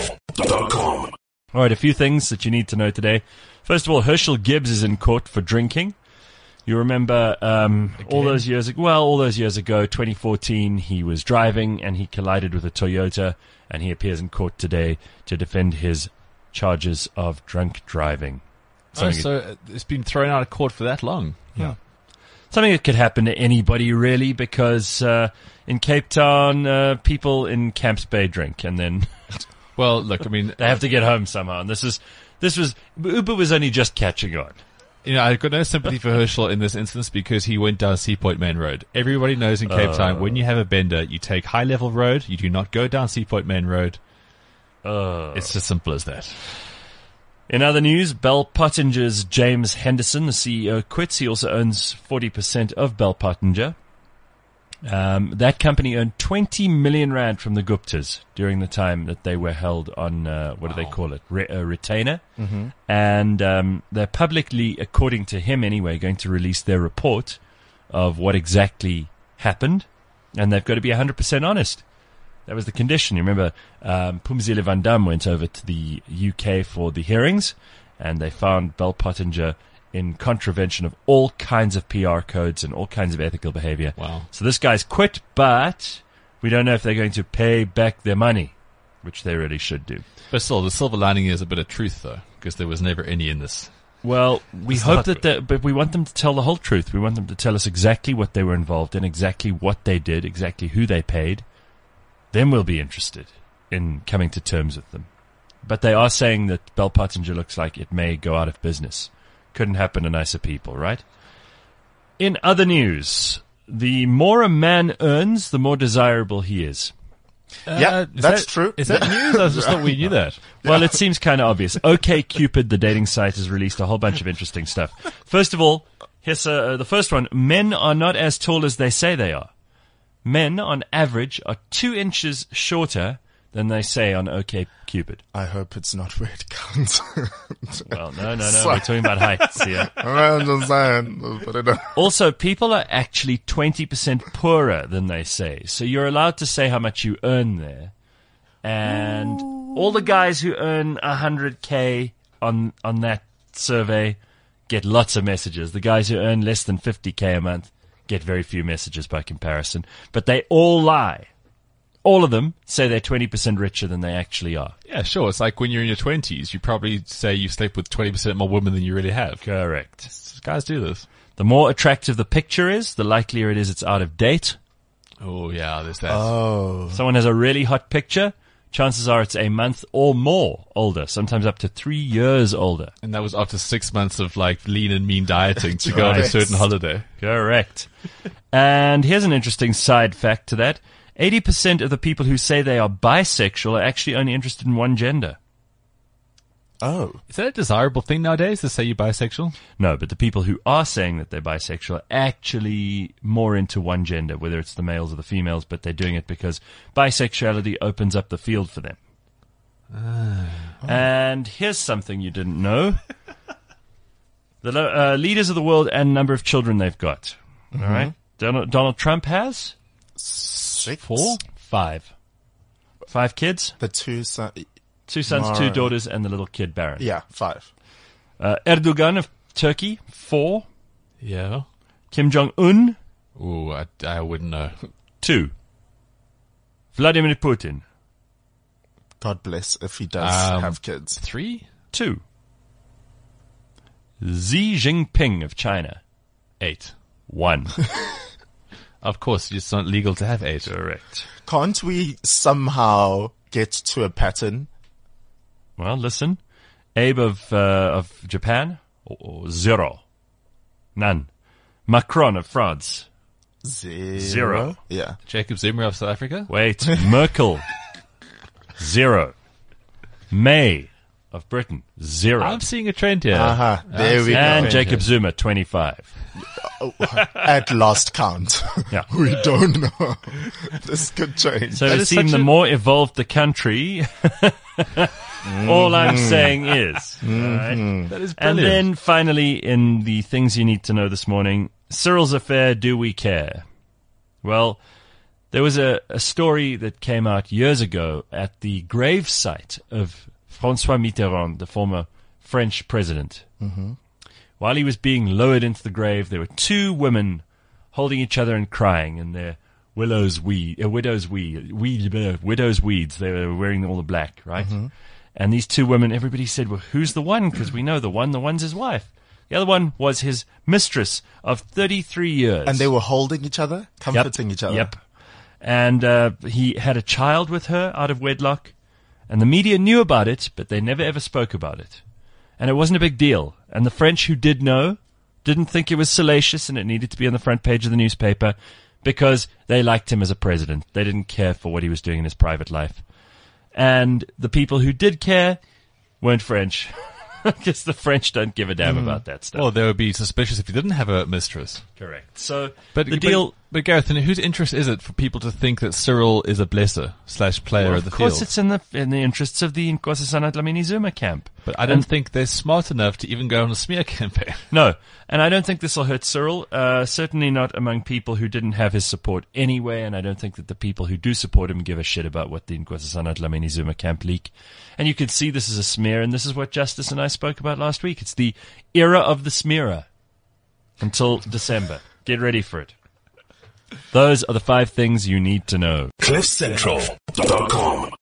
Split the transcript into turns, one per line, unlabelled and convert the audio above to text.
CliffCentral.com.
All right, a few things that you need to know today. First of all, Herschel Gibbs is in court for drinking. You remember um, all those years ago, well, all those years ago, 2014, he was driving and he collided with a Toyota, and he appears in court today to defend his charges of drunk driving.
Oh,
Something,
so uh, it's been thrown out of court for that long. Yeah.
something that could happen to anybody, really, because uh, in Cape Town, uh, people in Camps Bay drink, and then
Well, look, I mean, uh,
they have to get home somehow. And this is this was Uber was only just catching on.
you know, I've got no sympathy for Herschel in this instance because he went down Seapoint Main Road. Everybody knows in Cape Town when you have a bender, you take high level road. You do not go down Seapoint Main Road. It's as simple as that.
In other news, Bell Pottinger's James Henderson, the CEO, quits. He also owns 40% of Bell Pottinger. Um, that company earned 20 million rand from the Guptas during the time that they were held on, uh, what do they call it, Re- a retainer. Mm-hmm. And um, they're publicly, according to him anyway, going to release their report of what exactly happened. And they've got to be 100% honest. That was the condition. You remember, um, Pumzile van Dam went over to the UK for the hearings, and they found Bell Pottinger in contravention of all kinds of PR codes and all kinds of ethical behavior.
Wow.
So this guy's quit, but we don't know if they're going to pay back their money, which they really should do.
But still, the silver lining is a bit of truth, though, because there was never any in this.
Well, we
It's
hope
not
that,
good.
they, but we want them to tell the whole truth. We want them to tell us exactly what they were involved in, exactly what they did, exactly who they paid. Then we'll be interested in coming to terms with them. But they are saying that Bell Pottinger looks like it may go out of business. Couldn't happen to nicer people, right? In other news, the more a man earns, the more desirable he is.
Uh,
yeah,
is
that's
that-
true.
Is that news? I just thought we knew that.
Well, it seems kind of obvious. OK Cupid, the dating site, has released a whole bunch of interesting stuff. First of all, here's uh, the first one: men are not as tall as they say they are. Men, on average, are two inches shorter than they say on OK Cupid.
I hope it's not where it counts.
Well, no, no, no. We're talking about heights here.
I'm just saying. But it,
Also, people are actually 20% poorer than they say. So you're allowed to say how much you earn there. And all the guys who earn 100k on on that survey get lots of messages. The guys who earn less than 50k a month get very few messages by comparison, but they all lie. All of them say they're 20% richer than they actually are.
Yeah, sure. It's like when you're in your 20s, you probably say you sleep with 20% more women than you really have.
Correct.
Guys do this.
The more attractive the picture is, the likelier it is it's out of date.
Oh, yeah, there's that.
someone has a really hot picture, chances are it's a month or more older, sometimes up to three years older.
and that was after six months of like lean and mean dieting to go on a
Right.
certain holiday.
Correct. and here's an interesting side fact to that 80% of the people who say they are bisexual are actually only interested in one gender.
oh,
Is that a desirable thing nowadays to say you're bisexual?
No, but the people who are saying that they're bisexual are actually more into one gender, whether it's the males or the females, but they're doing it because bisexuality opens up the field for them. And here's something you didn't know. The lo- uh, leaders of the world and number of children they've got. All right. Donald, Donald Trump has
six.
Four?
five. Five kids,
The two son.
two sons, two
Mara.
daughters, and the little kid Baron.
Yeah, five.
Uh, Erdogan of Turkey, four.
Yeah.
Kim Jong Un,
Ooh, I, I wouldn't know.
two. Vladimir Putin,
God bless if he does
Um,
have kids.
Three?
two. Xi Jinping of China,
Eight.
one.
Of course, it's not legal to have eight.
Correct.
Can't we somehow get to a pattern?
Well, listen. Abe of, uh, of Japan, or, or zero. None. Macron of France.
Zero.
Zero.
Yeah.
Jacob Zuma of South Africa?
Wait, Merkel, zero. May of Britain, 0
I'm seeing a trend here.
Uh-huh. There we
and
go.
Jacob Zuma, 25.
Oh, At last count.
Yeah.
we don't know. this could change.
So
That
it
is
seems
such
the
a-
more evolved the country, all I'm
Mm-hmm.
saying is. alright?
That is
And
brilliant.
then finally, in the things you need to know this morning, Cyril's affair, do we care? Well, There was a, a story that came out years ago at the grave site of Francois Mitterrand, the former French president.
Mhm.
While he was being lowered into the grave, there were two women holding each other and crying in their willows weed, uh, widow's weed, weed, uh, widow's weeds. They were wearing all the black, right? And these two women, everybody said, "Well, who's the one?" Because we know the one. The one's his wife. The other one was his mistress of thirty-three years.
And they were holding each other, comforting each other.
Yep. And uh, he had a child with her out of wedlock, and the media knew about it, but they never ever spoke about it. And it wasn't a big deal. And the French who did know didn't think it was salacious and it needed to be on the front page of the newspaper because they liked him as a president. They didn't care for what he was doing in his private life. And the people who did care weren't French. Because the French don't give a damn about that stuff.
Mm. Well, they would be suspicious if you didn't have a mistress.
correct. So
But
the deal.
but, but Gareth, in whose interest is it for people to think that Cyril is a blesser slash player
Well,
of the
of course,
field?
it's in the in the interests of the Nkosi Sana Dlamini Zuma camp.
But I don't
And-
think they're smart enough to even go on a smear campaign.
No, and I don't think this will hurt Cyril. Uh, certainly not among people who didn't have his support anyway, and I don't think that the people who do support him give a shit about what the Nkosi Sana Dlamini Zuma camp leak. And you can see this is a smear, and this is what Justice and I spoke about last week. It's the era of the smearer until December. Get ready for it. Those are the five things you need to know.
CliffCentral.com.